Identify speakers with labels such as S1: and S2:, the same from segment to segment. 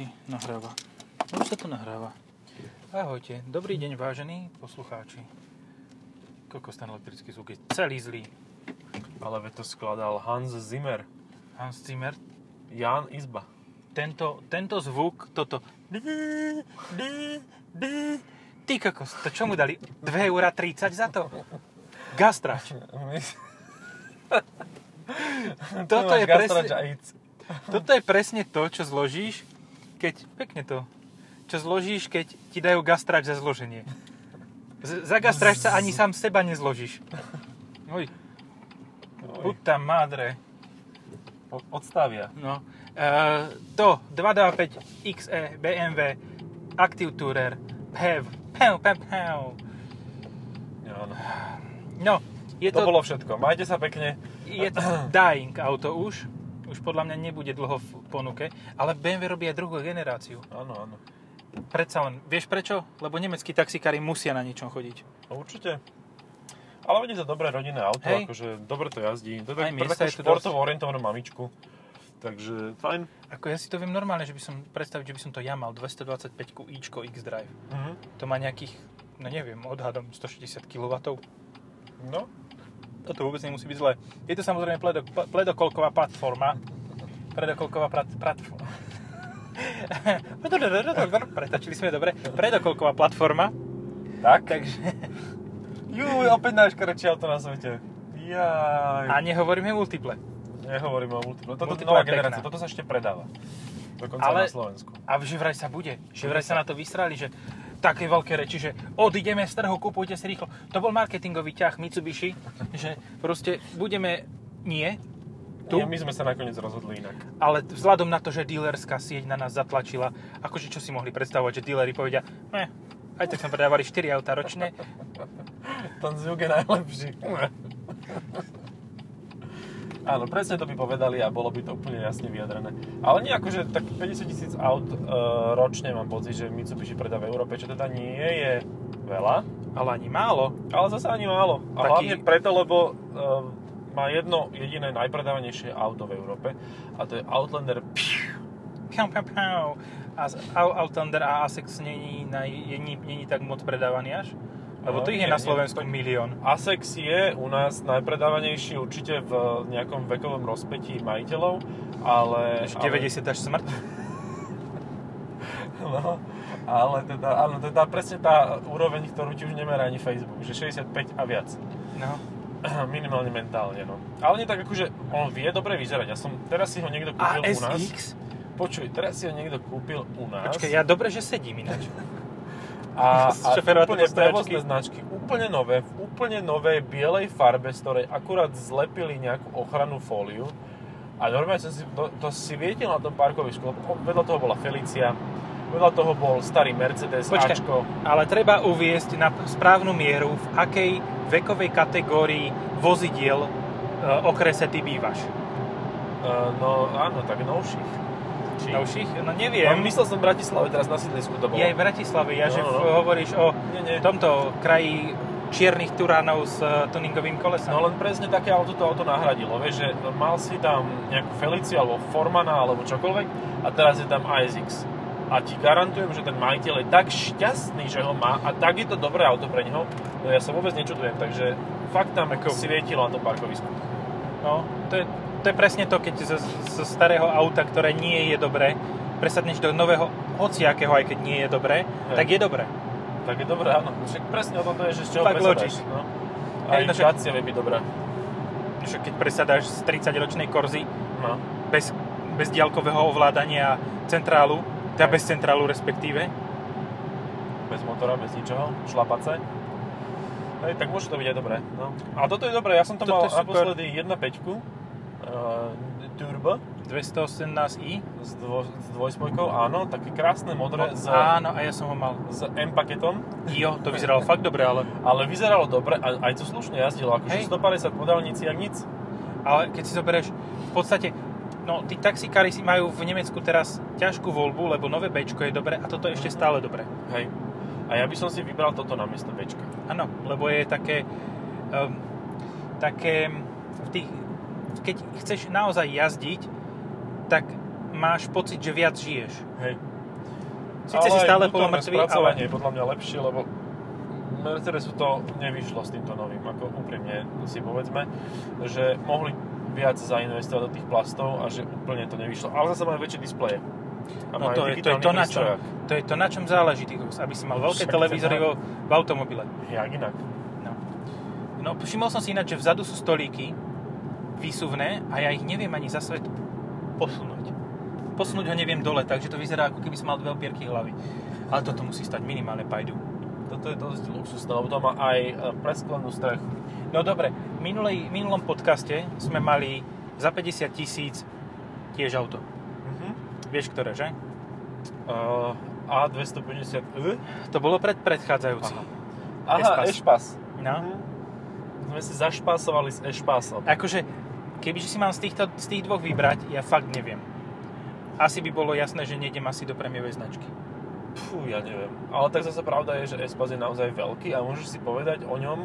S1: mi nahráva. Už sa to nahráva. Ahojte, dobrý deň vážení poslucháči. Koľko ten elektrický zvuk je celý zlý.
S2: Ale veď to skladal Hans Zimmer.
S1: Hans Zimmer,
S2: Jan Izba.
S1: tento, tento zvuk, toto... Ty kokos, to čo mu dali? 2,30 eur za to? Gastrač. Toto je, presne, toto je presne to, čo zložíš, keď... Pekne to. Čo zložíš, keď ti dajú gastrač za zloženie. Z, za gastrač sa ani sám seba nezložíš. Oj, puta madre.
S2: Odstavia.
S1: No. E, to 225 XE BMW Active Tourer E PEV. PEV, PEV, PEV.
S2: Áno.
S1: E No, je
S2: To,
S1: to,
S2: bolo všetko. Majte sa pekne.
S1: je to dying auto už. Už podľa mňa nebude dlho v ponuke. Ale BMW robí aj druhú generáciu.
S2: Áno, áno.
S1: Predsa len, vieš prečo? Lebo nemeckí taxikári musia na niečom chodiť.
S2: No, určite. Ale vidíte, dobré rodinné auto,
S1: Hej.
S2: akože dobre to jazdí. To je
S1: Aj
S2: tak, pre
S1: miesta je
S2: takú
S1: tu
S2: športovo orientovanú mamičku. Takže fajn.
S1: Ako ja si to viem normálne, že by som predstaviť, že by som to ja mal 225 ičko X-Drive.
S2: Mhm.
S1: To má nejakých, no neviem, odhadom 160 kW.
S2: No,
S1: toto vôbec nemusí byť zlé. Je to samozrejme pledo, pl- pledokolková platforma. Predokolková prat, platforma. Pretačili sme dobre. Predokolková platforma.
S2: tak.
S1: Takže,
S2: Juj, opäť najškračšie auto na svete. Jaj.
S1: a nehovoríme multiple.
S2: Nehovoríme o multiple. Toto je
S1: Multipla
S2: nová
S1: je pekná.
S2: generácia, toto sa ešte predáva. Dokonca
S1: Ale-
S2: ale... na Slovensku.
S1: A že vraj sa bude. Že vraj sa na to vysrali, že také veľké reči, že odídeme z trhu, kupujte si rýchlo. To bol marketingový ťah Mitsubishi, že proste budeme nie, Tu?
S2: Nie, my sme sa nakoniec rozhodli inak.
S1: ale vzhľadom na to, že dealerská sieť na nás zatlačila, akože čo si mohli predstavovať, že dealeri povedia, ne, aj tak sme predávali 4 auta ročne,
S2: Ten zvuk je najlepší. Áno, presne to by povedali a bolo by to úplne jasne vyjadrené. Ale nie akože tak 50 tisíc aut e, ročne mám pocit, že Mitsubishi predá v Európe, čo teda nie je veľa,
S1: ale ani málo.
S2: ale zase ani málo. A
S1: Taký-
S2: hlavne preto, lebo e, má jedno jediné najpredávanejšie auto v Európe a to je Outlander
S1: Piau, piau, piau. A z- Au- Outlander a Asex není, na, není, není tak moc predávaný až? Lebo
S2: No,
S1: tu ich je
S2: nie,
S1: na
S2: nie,
S1: Slovensku milión.
S2: Asex je u nás najpredávanejší určite v nejakom vekovom rozpetí majiteľov, ale...
S1: Až
S2: ale-
S1: 90 až smrť.
S2: No, ale teda, áno, teda presne tá úroveň, ktorú ti už nemerá ani Facebook, že 65 a viac.
S1: No.
S2: Minimálne mentálne, no. Ale nie tak akože, on vie dobre vyzerať. Ja som, teraz si ho niekto
S1: A
S2: kúpil u nás.
S1: SX?
S2: Počuj, teraz si ho niekto kúpil u nás.
S1: Počkaj, ja dobre, že sedím ináč.
S2: a,
S1: z
S2: a
S1: šoferovať
S2: úplne
S1: do stojačky.
S2: prevozné značky, úplne nové, v úplne novej bielej farbe, z ktorej akurát zlepili nejakú ochrannú fóliu. A normálne som si, to, to svietil na tom parkovisku, lebo vedľa toho bola Felicia, vedľa toho bol starý Mercedes,
S1: Počkaj.
S2: Ačko.
S1: Ale treba uviesť na správnu mieru, v akej vekovej kategórii vozidiel e, okrese ty bývaš.
S2: Uh, no áno, tak novších. Či...
S1: Novších? No neviem.
S2: No, myslel som v Bratislave, teraz na sídlisku to bolo.
S1: Je aj v Bratislave, ja,
S2: No,
S1: že
S2: no,
S1: f-
S2: no.
S1: hovoríš o
S2: Nie, nie.
S1: tomto kraji čiernych turánov s e, tuningovým kolesom.
S2: No len presne také auto to auto nahradilo, vieš, že mal si tam nejakú Feliciu alebo Formana alebo čokoľvek a teraz je tam ASX. A ti garantujem, že ten majiteľ je tak šťastný, že ho má a tak je to dobré auto pre neho, no ja sa vôbec nečudujem, takže fakt tam ako svietilo na tom parkovisku.
S1: No, to je, to je presne to, keď zo, zo starého auta, ktoré nie je dobré, presadneš do nového hociakého, aj keď nie je dobré,
S2: Hej.
S1: tak je dobré.
S2: Tak je dobré, áno. Však presne o tom to je, že z čoho
S1: Fakt
S2: presadáš.
S1: logič.
S2: No.
S1: Hej,
S2: Aj
S1: no však-
S2: Dacia vie byť dobrá.
S1: Že keď presadáš z 30-ročnej korzy
S2: No.
S1: bez, bez diaľkového ovládania centrálu, teda bez centrálu respektíve,
S2: bez motora, bez ničoho, šlapace. Hej, tak môže to byť aj dobré. No. A toto je dobré, ja som to
S1: Toto
S2: mal
S1: je super.
S2: naposledy 1.5 uh, eh, turbo
S1: 218i.
S2: s, dvo, s dvojspojkou, áno, také krásne modré s,
S1: No, Áno, a ja som ho mal.
S2: s M paketom,
S1: Jo, to vyzeralo fakt dobre, ale
S2: ale vyzeralo dobre a aj to slušne jazdilo,
S1: Hej.
S2: akože 150 po dálnici, jak nic.
S1: Ale keď si zoberieš, v podstate, no tí taxikári si majú v Nemecku teraz ťažkú voľbu, lebo nové B je dobré a toto je ešte stále dobré.
S2: Hej. A ja by som si vybral toto na miesto Bčka.
S1: Áno, lebo je také, um, také, v tých, keď chceš naozaj jazdiť, tak máš pocit, že viac žiješ.
S2: Hej.
S1: Sice si
S2: aj
S1: stále
S2: vnútorné
S1: polomrtvý,
S2: spracovanie
S1: ale-
S2: je podľa mňa lepšie, lebo Mercedesu to nevyšlo s týmto novým, ako úprimne si povedzme, že mohli viac zainvestovať do tých plastov a že úplne to nevyšlo. Ale zase majú väčšie displeje. A
S1: No
S2: majú
S1: to, je, to, je
S2: digitálny
S1: to, na čom,
S2: prístrojak.
S1: to je to, na čom záleží, ty kokos, aby si mal veľké
S2: Však
S1: televízory
S2: teda.
S1: vo, v automobile.
S2: Jak inak.
S1: No. no, všimol som si ináč, že vzadu sú stolíky výsuvné a ja ich neviem ani za svet posunúť. Posunúť ho neviem dole, takže to vyzerá, ako keby som mal dve opierky hlavy. Ale toto musí stať minimálne pajdu.
S2: Toto je dosť luxusné, lebo to má aj e, presklenú strechu.
S1: No dobre, v minulej, minulom podcaste sme mali za 50 tisíc tiež auto.
S2: Mhm.
S1: Vieš ktoré, že?
S2: Uh, A250. Uh?
S1: To bolo pred predchádzajúcim.
S2: Aha,
S1: Espas.
S2: Ešpas.
S1: No.
S2: Sme si zašpásovali s Ešpasom.
S1: Akože, kebyže si mám z, týchto, z tých dvoch vybrať, ja fakt neviem. Asi by bolo jasné, že nejdem asi do prémiovej značky.
S2: Fú, ja neviem. Ale tak zase pravda je, že Espas je naozaj veľký a môžeš si povedať o ňom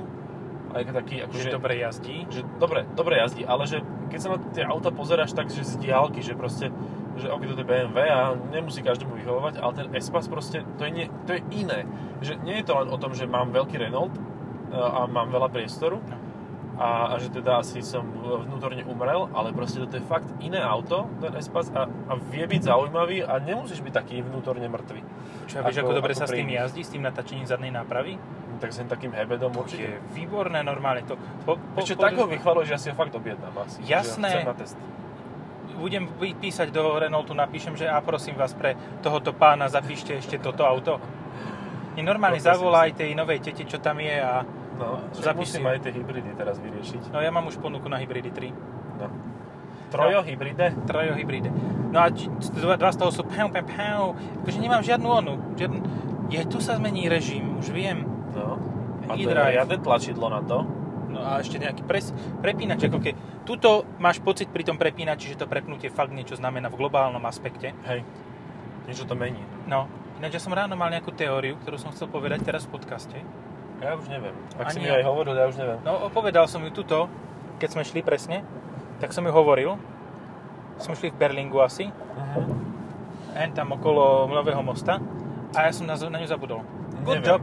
S2: aj taký, akože...
S1: Že dobre jazdí.
S2: Že dobre, dobre jazdí, ale že keď sa na tie auta pozeráš tak, že z diálky, že proste, že ok, toto je BMW a nemusí každému vyhovovať, ale ten Espas proste, to je, nie, to je iné. Že nie je to len o tom, že mám veľký Renault e, a mám veľa priestoru
S1: No.
S2: a, a že teda asi som vnútorne umrel, ale proste toto je fakt iné auto, ten Espas a, a vie byť zaujímavý a nemusíš byť taký vnútorne mrtvý.
S1: Čo ja vieš,
S2: Ako-
S1: ako, dobre
S2: ako
S1: sa s tým
S2: príjmaš.
S1: jazdí, s tým natačením zadnej nápravy?
S2: Tak s takým hebedom
S1: To je
S2: určite.
S1: výborné normálne. To, po, po,
S2: Ešte
S1: po-
S2: tak ho vychvalujú, že ja si ho fakt objednám asi. že ho
S1: Jasné.
S2: chcem na test.
S1: budem pí- písať do Renaultu, napíšem, že a prosím vás, pre tohoto pána zapíšte ešte toto auto. Nie, normálne
S2: Poprosím
S1: zavolaj tej novej tete, čo tam je a
S2: No,
S1: Zapíš
S2: zapíš
S1: si.
S2: aj tie hybridy teraz vyriešiť.
S1: no ja mám už ponuku na hybridy 3.
S2: No. Trojo hybride?
S1: trajo hybride. No a či- dva, dva z toho sú pau, pau, pau. Takže Akože nemám žiadnu onu. Žiadnu... Je, tu sa zmení režim, už viem.
S2: No. A to je
S1: E-drive.
S2: riadne tlačidlo na to.
S1: No a ešte nejaký pres, prepínač. Ako ke, tuto máš pocit pri tom prepínači, že to prepnutie fakt niečo znamená v globálnom aspekte.
S2: Hej. Niečo to mení.
S1: No, ináč ja som ráno mal nejakú teóriu, ktorú som chcel povedať teraz v podcaste.
S2: Ja už neviem. Ak si
S1: Ani
S2: mi
S1: ja.
S2: aj hovoril, ja už neviem.
S1: No, povedal som ju tuto, keď sme šli presne, tak som ju hovoril. Sme šli v Berlingu asi,
S2: Mhm.
S1: hen tam okolo Nového mosta a ja som na, na ňu zabudol. Good
S2: neviem.
S1: job.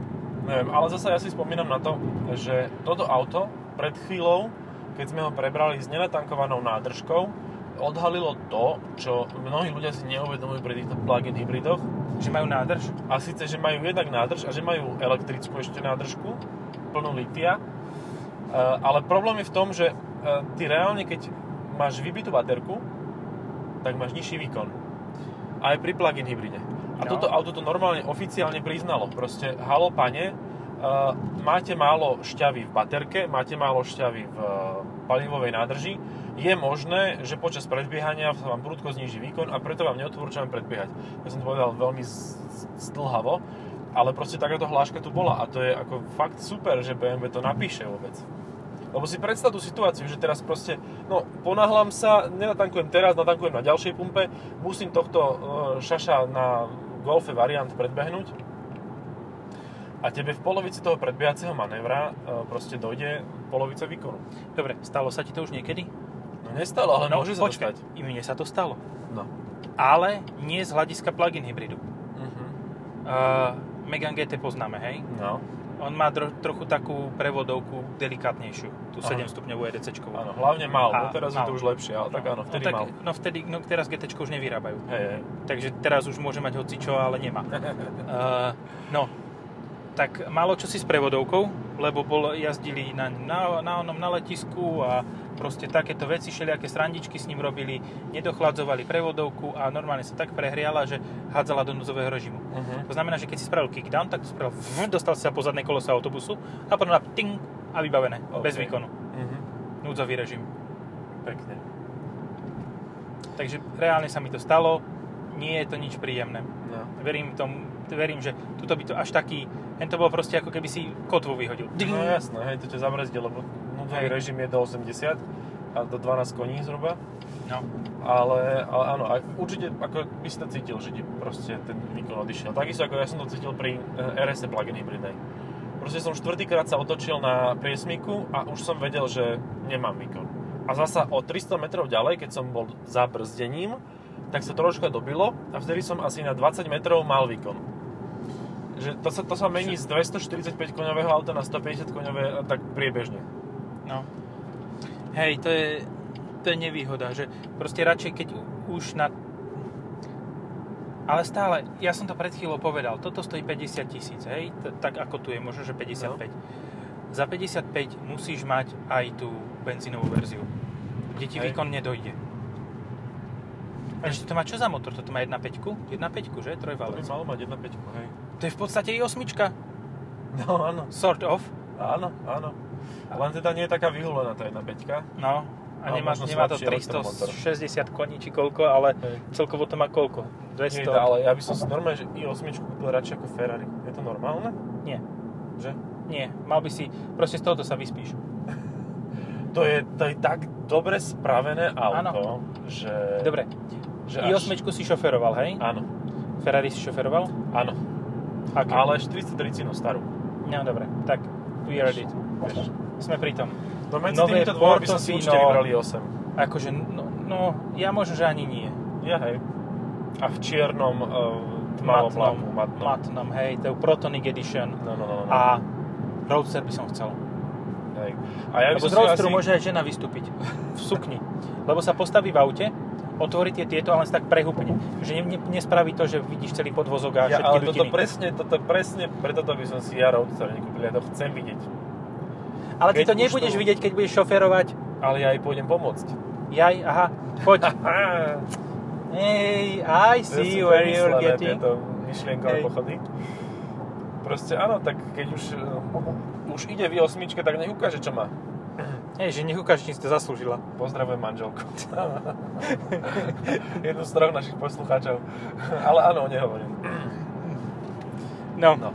S2: Neviem, ale zase ja si spomínam na to, že toto auto pred chvíľou, keď sme ho prebrali s nenatankovanou nádržkou, odhalilo to, čo mnohí ľudia si neuvedomujú pri týchto plug-in hybridoch,
S1: Že majú nádrž?
S2: A síce, že majú jednak nádrž a že majú elektrickú ešte nádržku, plnú litia. E, ale problém je v tom, že e, ty reálne, keď máš vybitú baterku, tak máš nižší výkon. Aj pri plug-in hybride. A
S1: No.
S2: toto auto to normálne oficiálne priznalo. Proste, halo pane, e, máte málo šťavy v baterke, máte málo šťavy v e, palivovej nádrži, je možné, že počas predbiehania sa vám prudko zniží výkon a preto vám neodporúčam predbiehať. Ja som to povedal veľmi z- z- zdlhavo, ale proste takáto hláška tu bola a to je ako fakt super, že BMW to napíše vôbec. Lebo si predstav tú situáciu, že teraz proste, no, ponáhľam sa, nenatankujem teraz, natankujem na ďalšej pumpe, musím tohto e, šaša na golfe variant predbehnúť a tebe v polovici toho predbiaceho manévra e, proste dojde polovica výkonu.
S1: Dobre, stalo sa ti to už niekedy?
S2: No nestalo, ale môže sa to
S1: počkaj,
S2: stať.
S1: i mne sa to stalo.
S2: No.
S1: Ale nie z hľadiska plug-in hybridu.
S2: Mhm.
S1: Uh, Megan GT poznáme, hej?
S2: No,
S1: On má dro- trochu takú prevodovku delikátnejšiu, tú
S2: Aha.
S1: 7-stupňovú edc
S2: áno, hlavne mal, no
S1: A,
S2: teraz je
S1: mal.
S2: to už lepšie, ale tak áno, vtedy
S1: no, tak,
S2: mal.
S1: no vtedy, no teraz GT už nevyrábajú.
S2: Hej, hej.
S1: Takže teraz už môže mať hocičo, ale nemá. Uh, no, tak málo čo si s prevodovkou, lebo bol, jazdili na, na, na onom na letisku a proste takéto veci, všelijaké srandičky s ním robili, nedochladzovali prevodovku a normálne sa tak prehriala, že hádzala do núzového režimu.
S2: Mhm.
S1: To znamená, že keď si spravil kickdown, tak to spravil, vf, dostal si sa po zadné kolosa autobusu a potom na ting a vybavené,
S2: OK.
S1: bez výkonu,
S2: Mhm.
S1: núdzový režim.
S2: Pekne.
S1: Takže reálne sa mi to stalo, nie je to nič príjemné.
S2: No.
S1: verím, tomu, verím, že tuto by to až taký, ten to bolo proste ako keby si kotvu vyhodil.
S2: No jasné, hej, to ťa zabrzdí, lebo núdzový
S1: Hej.
S2: režim je do 80 a do 12 koní zhruba.
S1: No.
S2: Ale, ale áno, a určite ako by si to cítil, že ti proste ten výkon odišiel. Takisto ako ja som to cítil pri eh, RS plug-in hybridnej. Proste som štvrtýkrát sa otočil na priesmiku a už som vedel, že nemám výkon. A zasa o 300 metrov ďalej, keď som bol za brzdením, tak sa troška dobilo a vtedy som asi na 20 metrov mal výkon. Že to sa, to sa mení z 245 koňového auta na 150 koňové eh, tak priebežne.
S1: No. Hej, to je, to je nevýhoda, že proste radšej, keď už na... Ale stále, ja som to pred chvíľou povedal, toto stojí 50 tisíc, hej, t- tak ako tu je, možno, že 55. Za 55 musíš mať aj tú benzínovú verziu, kde ti
S2: Hej.
S1: výkon nedojde. Ešte to má čo za motor? Toto má 1.5? 1.5, že?
S2: To by
S1: Trojvalec.
S2: malo mať 1.5, hej.
S1: To je v podstate i osmička.
S2: No áno,
S1: Sort of.
S2: áno, áno. Len teda nie je taká vyhulená tá 1.5.
S1: No. A
S2: Ale
S1: nemá,
S2: možno
S1: nemá to
S2: slabší elektromotor.
S1: 360 koní či koľko, ale
S2: Hej.
S1: celkovo to má koľko?
S2: Nie,
S1: 200?
S2: ale ja by som si normálne, že i8 kúpil radšej ako Ferrari. Je to normálne?
S1: Nie.
S2: Že?
S1: Nie, mal by si, proste z tohoto sa vyspíš.
S2: To je, to je tak dobre spravené auto, že...
S1: Dobre,
S2: že až-
S1: i8 si šoferoval, hej?
S2: Áno,
S1: Ferrari si šoferoval?
S2: áno.
S1: Aký?
S2: Ale 43 cínu starú.
S1: No dobre, tak we are it.
S2: Vieš.
S1: Sme pri tom.
S2: No medzi
S1: Nové
S2: týmito dvoma by som si
S1: Portofino.
S2: určite vybral i8.
S1: Akože, no, no ja možno, že ani nie.
S2: Ja hej. A v čiernom uh, tmavom lámu, matnom.
S1: Matnom, hej, to je Protonic Edition.
S2: No, no, no, no.
S1: A Roadster by som chcel.
S2: hej. a ja by
S1: Lebo z
S2: som si asi...
S1: Roadsteru môže aj žena vystúpiť v sukni. Lebo sa postaví v aute, otvorí tie tieto a len sa tak prehúpne. Že ne, ne, nespraví to, že vidíš celý podvozok a
S2: Ja,
S1: všetky
S2: ale toto
S1: dutiny.
S2: presne, toto presne, preto to by som si ja Roadster nekúpil, ja to chcem vidieť.
S1: ale ty
S2: keď
S1: to
S2: už
S1: nebudeš
S2: to-
S1: vidieť, keď budeš šoferovať.
S2: Ale ja jej pôjdem pomôcť.
S1: Jaj, aha, poď.
S2: Á,
S1: Hey, I
S2: to
S1: see
S2: je super
S1: where you're
S2: myslené,
S1: getting.
S2: Tieto myšlienkové
S1: Hej.
S2: pochody. Proste áno, tak keď už, eh, už ide v 8 tak nech ukáže, čo má.
S1: Hej, že nech ukážeš, čím si to zaslúžila.
S2: Pozdravujem manželku. Jednu z troch našich poslucháčov. Ale áno, nehovorím.
S1: Mm, No.
S2: No.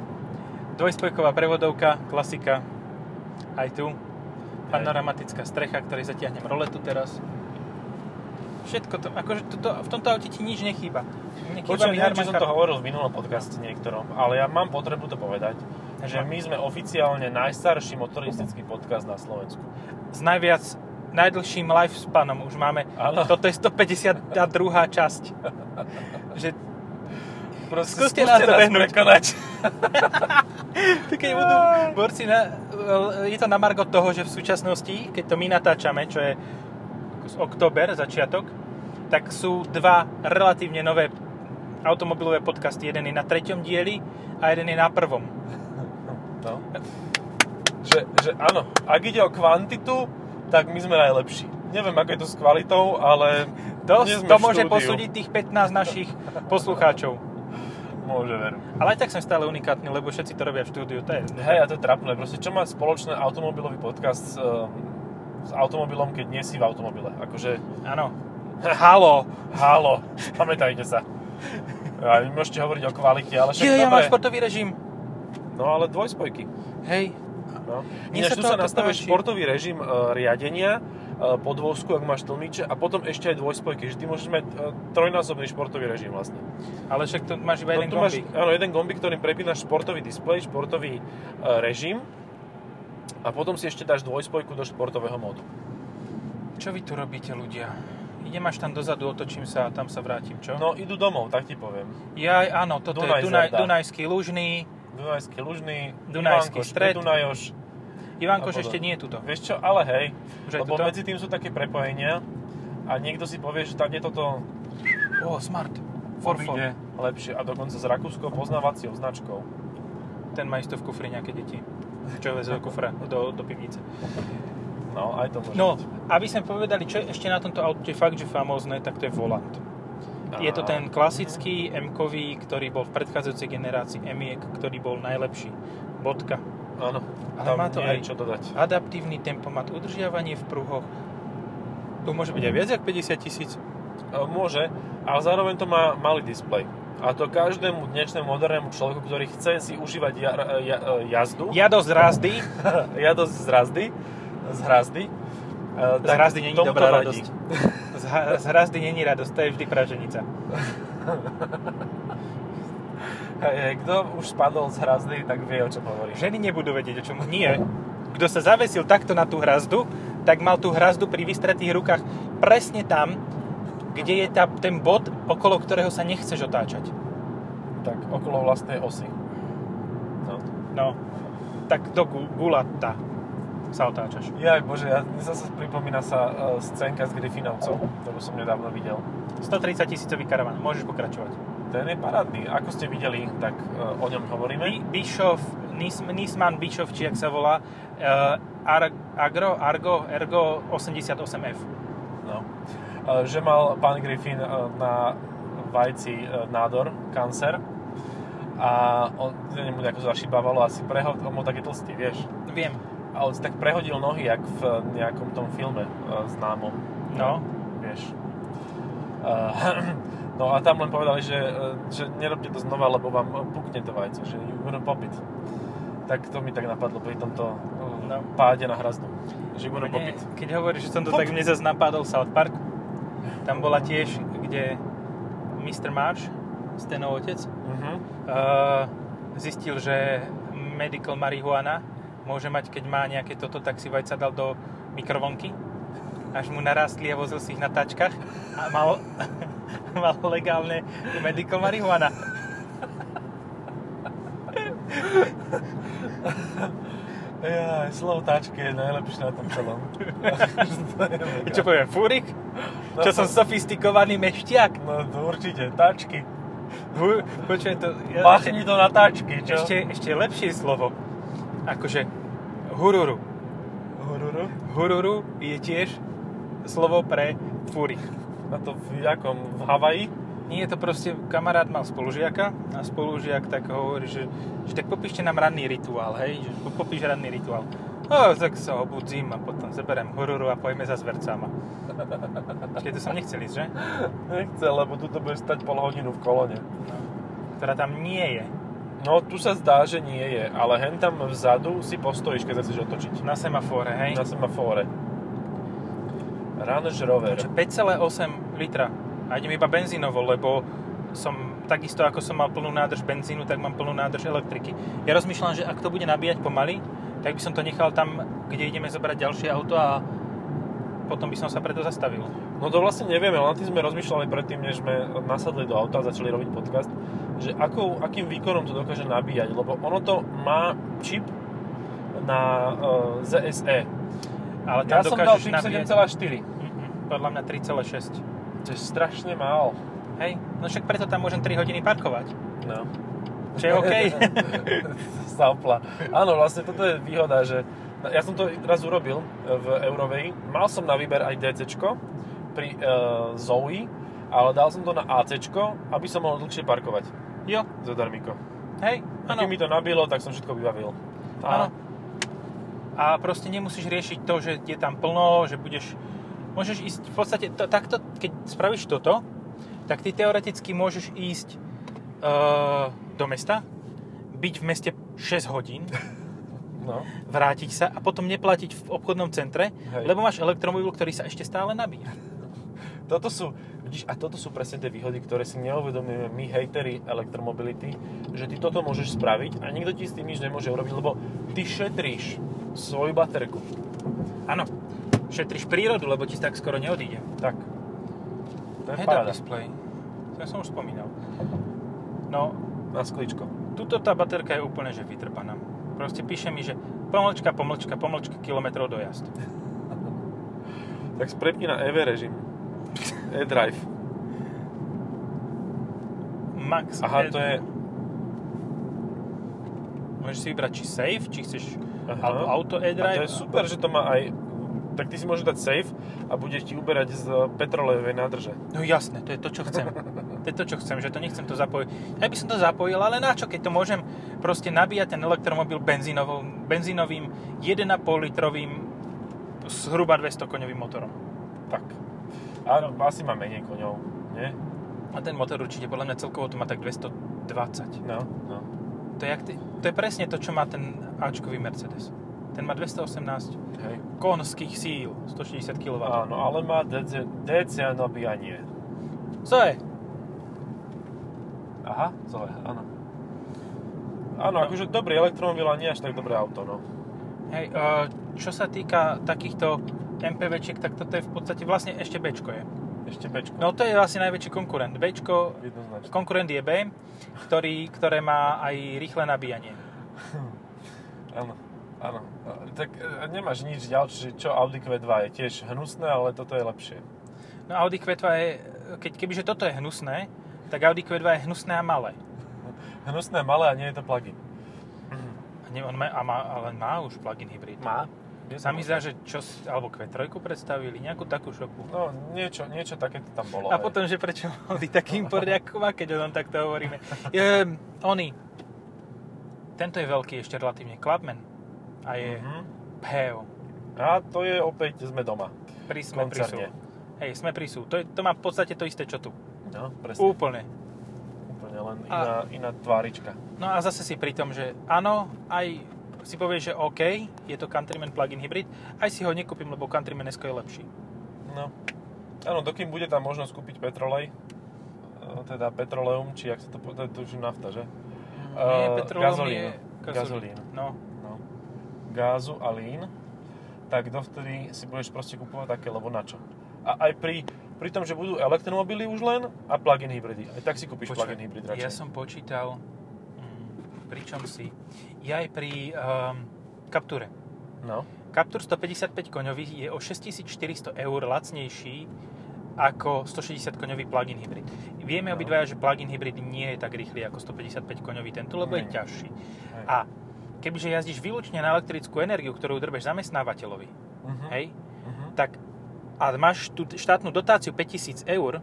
S1: Dvojspojková prevodovka, klasika. Aj tu. Panoramatická strecha, ktorej zatiahnem roletu teraz. Všetko to, akože toto, v tomto aute ti nič nechýba. Nechýba
S2: Počujem,
S1: mi
S2: neviem, či som
S1: harmonika.
S2: to hovoril v minulom podcaste niektorom, ale ja mám potrebu to povedať, že my sme oficiálne najstarší motoristický podcast na Slovensku.
S1: S najviac, najdlhším lifespanom už máme.
S2: Áno.
S1: Toto je 152. časť. že
S2: Proste
S1: Skúste nás dobehnúť.
S2: prekonať.
S1: Ty keď budú borci na, je to na margo toho, že v súčasnosti, keď to my natáčame, čo je z október, začiatok, tak sú dva relatívne nové automobilové podcasty. Jeden je na treťom dieli a jeden je na prvom.
S2: No. Že, že áno, ak ide o kvantitu, tak my sme najlepší. Neviem, ako je to s kvalitou, ale nie
S1: Dosť,
S2: sme
S1: to
S2: v
S1: môže
S2: štúdiu.
S1: posúdiť tých 15 našich poslucháčov.
S2: Môže, veru.
S1: Ale aj tak som stále unikátny, lebo všetci to robia v štúdiu. To je,
S2: Hej, a to je trapné. Proste, čo má spoločné automobilový podcast s, ehm, s automobilom, keď nie si v automobile? Akože,
S1: áno. Halo.
S2: halo, pamätajte sa. A vy môžete hovoriť o kvalite, ale však
S1: Je, ja
S2: dobre.
S1: mám športový režim.
S2: No ale dvojspojky.
S1: Hej.
S2: No.
S1: Mne
S2: Ináč
S1: sa
S2: tu
S1: to-
S2: sa
S1: to
S2: nastaví
S1: páči.
S2: športový režim e, riadenia, e, podvozku, ak máš tlmiče a potom ešte aj dvojspojky, že ty môžeš mať e, trojnásobný športový režim vlastne.
S1: Ale však to máš iba jeden
S2: No tu máš,
S1: gombík.
S2: áno, jeden gombík, ktorým prepínaš športový displej, športový e, režim a potom si ešte dáš dvojspojku do športového módu.
S1: Čo vy tu robíte, ľudia? Idem až tam dozadu, otočím sa a tam sa vrátim, čo?
S2: No idú domov, tak ti poviem.
S1: Ja, áno, toto
S2: Dunaj
S1: je Dunaj,
S2: zardá.
S1: Dunajský lužný.
S2: Dunajský lužný,
S1: Dunajský
S2: Ivankoš,
S1: stred.
S2: Dunajoš. A
S1: Ivankoš
S2: podobne.
S1: ešte nie je tuto.
S2: Vieš čo, ale hej,
S1: Už aj
S2: lebo
S1: tuto?
S2: medzi tým sú také prepojenia a niekto si povie, že tam je toto
S1: O, smart. For, for.
S2: ide lepšie a dokonca s rakúskou poznávacou značkou.
S1: Ten má isto v kufri nejaké deti. Čo vezú do kufra, do, do pivnice.
S2: No, aj to môže
S1: No,
S2: byť.
S1: aby sme povedali, čo je ešte na tomto aute fakt, že famózne, tak to je volant. Je to ten klasický m ktorý bol v predchádzajúcej generácii m ktorý bol najlepší. Bodka.
S2: Áno,
S1: Ale
S2: tam
S1: má to
S2: nie je
S1: aj-
S2: čo dodať.
S1: Adaptívny tempomat, udržiavanie v pruhoch. To môže byť aj viac ako 50 tisíc.
S2: E, Môže, ale zároveň to má malý displej. A to každému dnešnému modernému človeku, ktorý chce si užívať ja, ja, e, jazdu,
S1: Ja dosť razdy.
S2: jadosť z hrazdy, z hrazdy, e,
S1: Z
S2: tak
S1: hrazdy není
S2: tomu to
S1: dobrá
S2: vadí.
S1: radosť. Z, ha- z hrazdy není radosť, to je vždy praženica.
S2: Hej, hej, E, Kto už spadol z hrazdy, tak vie, o čom hovoríš.
S1: Ženy nebudú vedieť, o čom nie. Kto sa zavesil takto na tú hrazdu, tak mal tú hrazdu pri vystretých rukách presne tam, kde je tá, ten bod, okolo ktorého sa nechceš otáčať.
S2: Tak okolo vlastnej osy. No.
S1: No, tak do gu- gulata sa otáčaš.
S2: Jaj, bože, ja, mne zase pripomína sa uh, scénka s Griffinovcom, ktorú som nedávno videl.
S1: 130 tisícový karavan, môžeš pokračovať.
S2: Ten je parádny. Ako ste videli, tak uh, o ňom hovoríme.
S1: Bi- Bischoff, Nis- Nisman Bischoff, či jak sa volá, eh, Ar- Agro, Argo, Ergo 88F.
S2: No. Uh, že mal pán Griffin uh, na vajci uh, nádor, kancer. A on, neviem, mu nejako zašibávalo, asi prehod, on bol taký tlstý, vieš.
S1: Viem.
S2: A on si tak prehodil nohy, jak v nejakom tom filme uh, známom.
S1: No.
S2: Vieš. Uh, no a tam len povedali, že, uh, že nerobte to znova, lebo vám uh, pukne to vajce, že you gonna pop it. Tak to mi tak napadlo pri tomto uh,
S1: No.
S2: páde na hrazdu. Že you gonna pop
S1: Mne,
S2: it.
S1: keď hovoríš, že som to
S2: Pop.
S1: tak mne zase napadol South Park. Tam bola tiež, kde Mr. Marsh, Stanov otec,
S2: Mhm.
S1: eh, zistil, že medical marihuana môže mať, keď má nejaké toto, tak si vajca dal do mikrovlnky. Až mu narastli a vozil si ich na tačkách a mal, mal legálne medical marihuana.
S2: Jaj, slovo táčky je najlepšie na tom celom. To je mega.
S1: Čo poviem, fúrik? Čo som sofistikovaný meštiak?
S2: No to určite, táčky.
S1: Hu- Počujem to... ja-
S2: Machni to na táčky, čo?
S1: Ešte, ešte lepšie slovo. Akože hururu.
S2: Hururu.
S1: Hururu je tiež slovo pre fúrik.
S2: A to v jakom? V Havaji?
S1: Nie je to proste, kamarát mal spolužiaka a spolužiak tak hovorí, že, že tak popíšte nám ranný rituál, hej, že po- popíš ranný rituál. O, tak sa obudzím a potom zeberem hururu a pojme za zvercama. Čiže to som nechcel ísť, že?
S2: Nechcel, lebo tu to bude stať pol hodinu v kolone.
S1: Ktorá tam nie je.
S2: No tu sa zdá, že nie je, ale hen tam vzadu si postojíš, keď sa chceš otočiť.
S1: Na semafóre, hej.
S2: Na semafóre. Range Rover.
S1: Čo, 5,8 litra. A idem iba benzínovo, lebo som takisto ako som mal plnú nádrž benzínu, tak mám plnú nádrž elektriky. Ja rozmýšľam, že ak to bude nabíjať pomaly, tak by som to nechal tam, kde ideme zobrať ďalšie auto a potom by som sa preto zastavil.
S2: No to vlastne nevieme, len tým sme rozmýšľali predtým, než sme nasadli do auta a začali robiť podcast, že akou, akým výkonom to dokáže nabíjať, lebo ono to má čip na uh, ZSE.
S1: Ale tam
S2: Ja som dal
S1: dokážeš
S2: čip
S1: nabíjať...
S2: 7,4.
S1: Mm, Podľa mňa 3,6.
S2: To je strašne málo.
S1: Hej, no však preto tam môžem 3 hodiny parkovať.
S2: No.
S1: Čo je OK.
S2: Sapla. Áno, vlastne toto je výhoda, že ja som to raz urobil e, v Eurovej. Mal som na výber aj DCčko pri e, Zoe, ale dal som to na ACčko, aby som mohol dlhšie parkovať
S1: jo,
S2: zadarmiko.
S1: hej,
S2: A
S1: áno.
S2: keď mi to nabilo, tak som všetko vybavil.
S1: Áno. A proste nemusíš riešiť to, že je tam plno, že budeš... Môžeš ísť v podstate to, takto, keď spravíš toto, tak ty teoreticky môžeš ísť uh, do mesta, byť v meste 6 hodín,
S2: No.
S1: vrátiť sa a potom neplatiť v obchodnom centre,
S2: Hej.
S1: Hej. lebo máš elektromobil, ktorý sa ešte stále nabíja.
S2: Toto sú, vidíš, a toto sú presne tie výhody, ktoré si neuvedomujeme my, hejteri elektromobility, že ty toto môžeš spraviť a nikto ti s tým nič nemôže urobiť, lebo ty šetríš svoju baterku.
S1: Áno, šetríš prírodu, lebo ti tak skoro neodíde.
S2: Tak. To je
S1: Head-up
S2: paráda.
S1: display. To som už spomínal. No,
S2: Na skličko.
S1: Tuto tá baterka je úplne že vytrpaná. Proste píše mi, že pomlčka, pomlčka, pomlčka, kilometrov dojazd.
S2: Tak sprepni na EV režim. E-drive.
S1: Max.
S2: Aha,
S1: E-
S2: to je...
S1: Môžeš si vybrať, či save, či chceš
S2: Aha.
S1: alebo auto
S2: A to
S1: e-drive.
S2: je super, že to má aj... Tak ty si môžeš dať safe a budeš ti uberať z petrolejovej nádrže.
S1: No jasné, to je to, čo chcem. To je to, čo chcem, že to nechcem to zapojiť. Ja by som to zapojil, ale na čo, keď to môžem proste nabíjať ten elektromobil benzínovým, benzínovým 1,5 litrovým zhruba 200 koňovým motorom.
S2: Tak. Áno, asi má menej koňov, nie?
S1: A ten motor určite, podľa mňa celkovo to má tak 220.
S2: No, no.
S1: To je, jak ty, to je presne to, čo má ten Ačkový Mercedes. Ten má 218
S2: Hej.
S1: konských síl, 160 kW.
S2: Áno, ale má DC, DC nabíjanie.
S1: Co je?
S2: Aha, zle, áno. Áno, akože dobrý elektromobil a nie až tak dobré auto, no.
S1: Hej, e, čo sa týka takýchto MPVčiek, tak toto je v podstate vlastne ešte Bčko je.
S2: Ešte pečko.
S1: No to je asi najväčší konkurent. Bčko,
S2: Jednoznačne.
S1: konkurent je B, ktorý, ktoré má aj rýchle nabíjanie.
S2: Áno, áno. E, Tak e, nemáš nič ďalšie, čo Audi Q2 je tiež hnusné, ale toto je lepšie.
S1: No Audi Q2 je, keď, kebyže toto je hnusné, tak Audi Q2 je hnusné a malé.
S2: Hnusné, malé a nie je to plug-in.
S1: A nie, on má, a má, ale má už plug-in hybrid.
S2: Má?
S1: Sa mi zdá, že čo, s- alebo Q3 predstavili, nejakú takú šopu.
S2: No, niečo, niečo takéto tam bolo.
S1: A
S2: hej.
S1: potom, že prečo Audi taký import ako má, keď o tom takto hovoríme. Ehm, oni. Tento je veľký ešte relatívne. Clubman. A je
S2: Mhm.
S1: PEO.
S2: A to je opäť, sme doma.
S1: Pri sme pri sú.
S2: Koncerne.
S1: Hej, sme pri sú. To, je, to má v podstate to isté, čo tu.
S2: No, presne.
S1: Úplne.
S2: Úplne len
S1: A-
S2: iná, iná tvárička.
S1: No a zase si pri tom, že áno, aj si povieš, že OK, je to Countryman plug-in hybrid, aj si ho nekúpim, lebo Countryman S je lepší.
S2: No. Áno, dokým bude tam možnosť kúpiť petrolej, e, teda petroleum, či jak sa to povedá, to už je nafta, že?
S1: Nie,
S2: Eh,
S1: petrolom
S2: gazolín.
S1: je...
S2: Gazolín.
S1: No,
S2: No. Gázu a lín, tak dovtedy si budeš proste kupovať také, lebo na čo? A aj pri, pri tom, že budú elektromobily už len a plug-in hybridy. Aj tak si kúpiš
S1: Počkaj,
S2: plug-in hybrid radšej.
S1: ja som počítal, mm, pri čom si, ja aj pri um, Capture.
S2: No.
S1: Captur 155 koňový je o 6400 eur lacnejší ako 160 koňový plug-in hybrid. Vieme
S2: No.
S1: obidvaja, že plug-in hybrid nie je tak rýchly ako 155 koňový tento, lebo je
S2: Nie.
S1: ťažší.
S2: Hej.
S1: A kebyže jazdíš výlučne na elektrickú energiu, ktorú drbeš zamestnávateľovi,
S2: Mhm,
S1: hej,
S2: mhm.
S1: tak a máš tú štátnu dotáciu 5000 eur,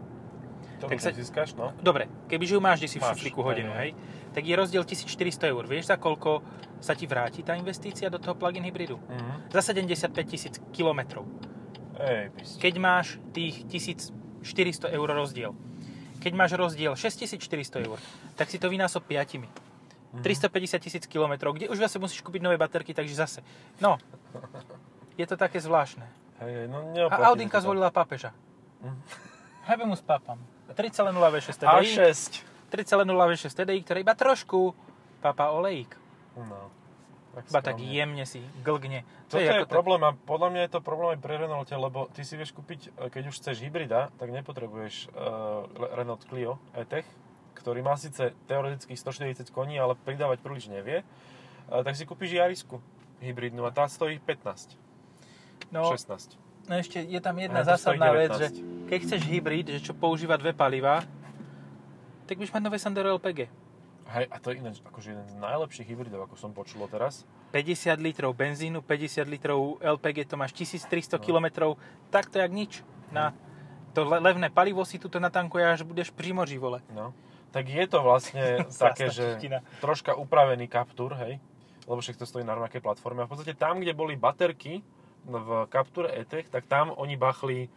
S2: To
S1: tak
S2: už
S1: sa-
S2: nezískaš, no.
S1: dobre, kebyže ju máš kde si v
S2: Máš,
S1: šuflíku
S2: hej,
S1: hodinu, hej,
S2: hej.
S1: tak je rozdiel 1400 eur. Vieš, za koľko sa ti vráti tá investícia do toho plug-in hybridu?
S2: Mhm.
S1: Za 75 tisíc kilometrov.
S2: Ej, piste.
S1: keď máš tých 1400 eur rozdiel, keď máš rozdiel 6400 eur, tak si to vynásob 5.
S2: Mhm.
S1: 350 tisíc kilometrov, kde už zase musíš kúpiť nové baterky, takže zase. No, je to také zvláštne.
S2: Hej, hej,
S1: A
S2: no neoplatí
S1: Audinka
S2: mi to.
S1: zvolila pápeža.
S2: Mhm.
S1: Habemus pápam. 3,0 V6 TDI,
S2: A6.
S1: 3,0 V6 TDI, ktoré iba trošku pápa olejík.
S2: No.
S1: Iba tak
S2: skromne.
S1: jemne si glgne.
S2: Toto je,
S1: ako tak-
S2: problém a podľa mňa je to problém aj pre Renault, lebo ty si vieš kúpiť, e, keď už chceš hybrida, tak nepotrebuješ uh, Renault Clio E-Tech, ktorý má síce teoreticky 140 koní, ale pridávať príliš nevie, uh, tak si kúpiš Jarisku hybridnú a tá stojí 15,
S1: no,
S2: 16.
S1: No ešte je tam jedna
S2: Ale to stojí
S1: zásadná vec, že
S2: 19.
S1: keď chceš hybrid, že čo používa dve palivá, tak budeš mať nové Sandero LPG.
S2: Hej, a to je ináč akože jeden z najlepších hybridov, ako som počul teraz.
S1: 50 litrov benzínu, 50 litrov LPG, to máš 1300
S2: No.
S1: km, tak to jak nič. Na to le- levné palivo si tuto natankuje, až budeš pri moři, vole.
S2: No. Tak je to vlastne
S1: Krásna
S2: také, že
S1: čeština.
S2: troška upravený Captur, hej, lebo však to stojí na rovnakej platforme. A v podstate tam, kde boli baterky v Capture E-Tech, tak tam oni bachli e,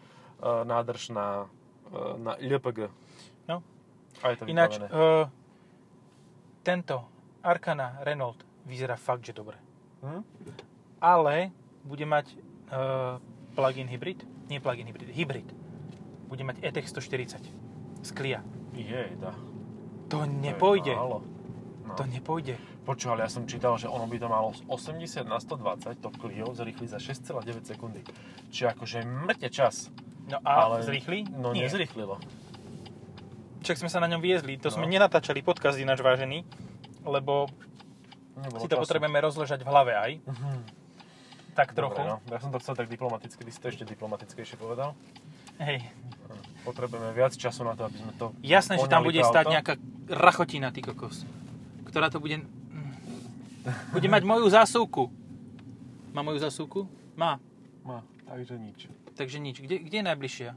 S2: nádrž na, e, na LPG.
S1: No.
S2: A je to
S1: Ináč,
S2: vybavené.
S1: e, tento Arkana Renault vyzerá fakt, že dobre.
S2: Hm?
S1: ale bude mať e, plug-in hybrid, nie plug-in hybrid, hybrid. Bude mať E ETEC 140 z Clia.
S2: Jej, dá.
S1: To
S2: To je
S1: nepôjde,
S2: málo. No.
S1: to nepôjde.
S2: Počúval, ja som čítal, že ono by to malo z 80 na 120, to Clio zrýchli za 6,9 sekundy. Čiže akože mŕte čas.
S1: No a ale, zrýchli?
S2: No
S1: nie.
S2: nezrýchlilo.
S1: Čak sme sa na ňom viezli, to
S2: No.
S1: sme nenatáčali podcast ináč vážený, lebo
S2: Nebolo
S1: si to
S2: času.
S1: potrebujeme rozležať v hlave aj,
S2: Mhm.
S1: tak trochu.
S2: Dobre, no. Ja som to chcel tak diplomaticky, ty si to ešte diplomatickejšie povedal.
S1: Hej.
S2: Potrebujeme viac času na to, aby sme to...
S1: Jasné, že tam
S2: poňali
S1: bude
S2: to
S1: stáť
S2: auto.
S1: nejaká rachotina, ty kokos, ktorá to bude... Bude mať moju zásuvku. Má moju zásuvku? Má.
S2: Má, takže nič.
S1: Takže nič. Kde, kde je najbližšia?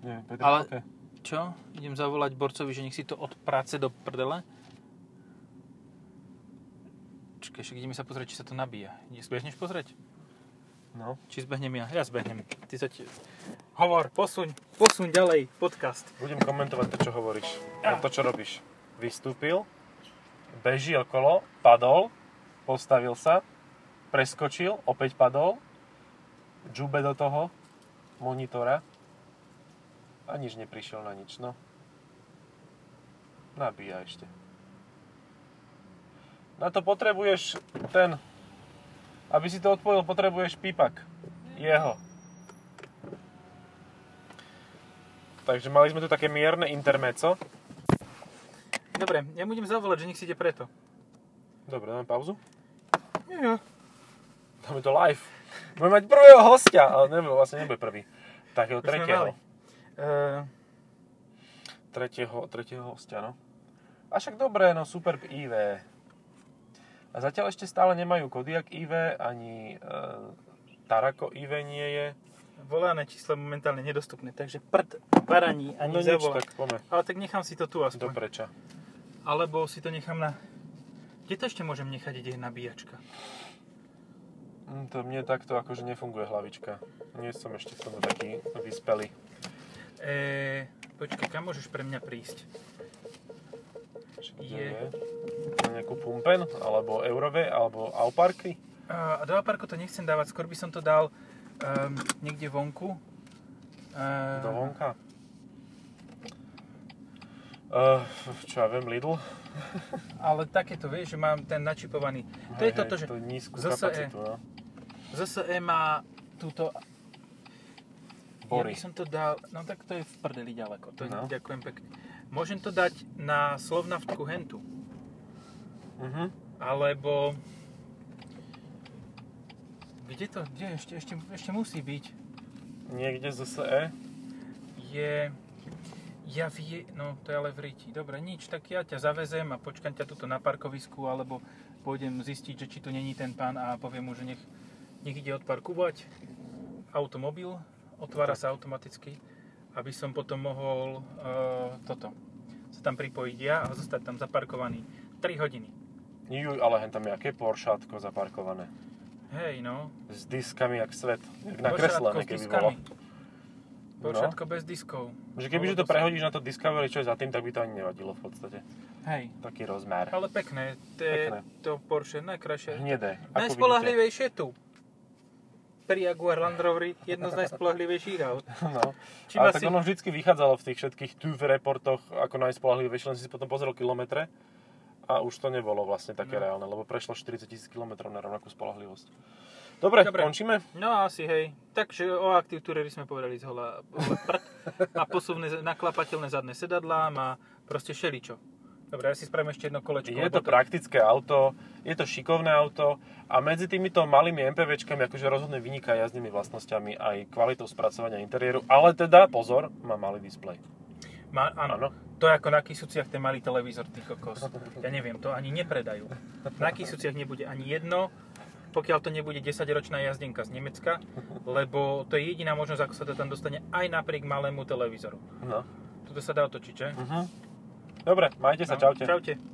S2: Neviem, Petr,
S1: Ale-
S2: okay.
S1: Čo? Idem zavolať borcovi, že nech si to od práce do prdele. Čakaj, však ideme sa pozrieť, či sa to nabíja. Ide- Zbehneš pozrieť?
S2: No,
S1: Či zbehnem ja? Ja zbehnem. Ty sa ti... Hovor, posuň, posuň ďalej podcast.
S2: budem komentovať to, čo hovoríš. A to, čo robíš. Vystúpil, beží okolo, padol, postavil sa, preskočil, opäť padol, džube do toho, monitora a nič neprišiel na nič, no. Nabíja ešte. Na to potrebuješ ten, aby si to odpojil, potrebuješ pípak. Jeho. Takže mali sme tu také mierne intermeco.
S1: Dobre, ja mu idem zavolať, že nech si ide preto.
S2: Dobre, dáme pauzu.
S1: Jo.
S2: Dáme to live. Budeme mať prvého hostia, ale nebude, vlastne nebude prvý. Takého
S1: Už sme mali.
S2: tretieho.
S1: Eh,
S2: Tretieho, tretieho hostia, no. A však dobré, no Superb IV. A zatiaľ ešte stále nemajú Kodiak IV, ani e, Tarako IV nie je.
S1: volané číslo momentálne nedostupné, takže prd baraní ani
S2: No nič,
S1: zavolá.
S2: tak poďme
S1: Ale tak nechám si to tu
S2: do
S1: aspoň.
S2: preča.
S1: Alebo si to nechám na... Kde to ešte môžem nechať, kde je nabíjačka?
S2: Mm, To mne takto akože nefunguje hlavička. Nie som ešte v tom taký vyspelý.
S1: E, počkaj, kam môžeš pre mňa prísť?
S2: Však kde
S1: Je.
S2: je? Na nejakú Pumpen, alebo Eurove, alebo Auparky.
S1: A do parku to nechcem dávať, skôr by som to dal um, niekde vonku. Uh,
S2: Do vonka. Uh, čo ja viem, Lidl.
S1: Ale takéto, vieš, že mám ten načipovaný. To je
S2: Hej,
S1: toto,
S2: hej,
S1: že E.
S2: To nízku
S1: ZSE.
S2: kapacitu, no.
S1: ZSE má túto... Ja
S2: Bory.
S1: by som to dal... No tak to je v prdeli ďaleko, to no.
S2: No.
S1: ďakujem pekne. Môžem to dať na Slovnaftku hentu.
S2: Mhm.
S1: Alebo... Kde to, kde ešte, ešte, ešte musí byť?
S2: Niekde ZSE.
S1: Je... Ja vie... No, to je ale v Riti. Dobre, nič, tak ja ťa zavezem a počkám ťa tuto na parkovisku, alebo pôjdem zistiť, že či tu není ten pán a poviem mu, že nech, nech ide odparkovať automobil, otvára sa automaticky, aby som potom mohol uh, toto, sa tam pripojiť ja a zostať tam zaparkovaný 3 hodiny.
S2: Juj, ale hen tam je aké Poršátko zaparkované.
S1: Hej, no.
S2: S diskami jak svet. Jak nakreslené,
S1: Počátko s
S2: keby
S1: diskami.
S2: bolo. No.
S1: Počátko bez diskov.
S2: Že kebyže to
S1: Bolo
S2: prehodíš na to Discovery, čo je za tým, tak by to ani nevadilo v podstate.
S1: Hej.
S2: Taký rozmer.
S1: Ale pekné, to je
S2: Pekné.
S1: to Porsche najkrajšie.
S2: Hnedé. ako vidíte.
S1: Najspolahlivejšie tu. Pri Jaguar Land Rover jedno z najspolahlivejších aut.
S2: No.
S1: Čím
S2: Ale
S1: asi...
S2: tak ono vždycky vychádzalo v tých všetkých tu v reportoch ako najspolahlivejšie, len si potom pozrel kilometre a už to nebolo vlastne také
S1: No.
S2: reálne, lebo prešlo 40 000 km na rovnakú spolahlivosť. Dobre,
S1: Dobre.
S2: končíme.
S1: No asi hej. Takže o Active Tourer sme povedali z hola, hola prd. Má posuvné, naklapateľné zadné sedadlá, má proste šeličo. Dobre, ja si spravím ešte jedno kolečko.
S2: Je
S1: lebo
S2: to praktické auto, je to šikovné auto a medzi týmito malými MPVčkami akože rozhodne vyniká jazdnými vlastnosťami aj kvalitou spracovania interiéru, ale teda pozor, má malý displej.
S1: Má, áno,
S2: Áno.
S1: to je ako na Kisuciach ten malý televízor, ty kokos. Ja neviem, to ani nepredajú. Na Kisuciach nebude ani jedno, pokiaľ to nebude 10-ročná jazdenka z Nemecka, lebo to je jediná možnosť, ako sa to tam dostane aj napriek malému televízoru.
S2: No.
S1: Toto sa dá otočiť, že?
S2: Mhm. Dobre, majte sa, čaute.
S1: No. Čaute.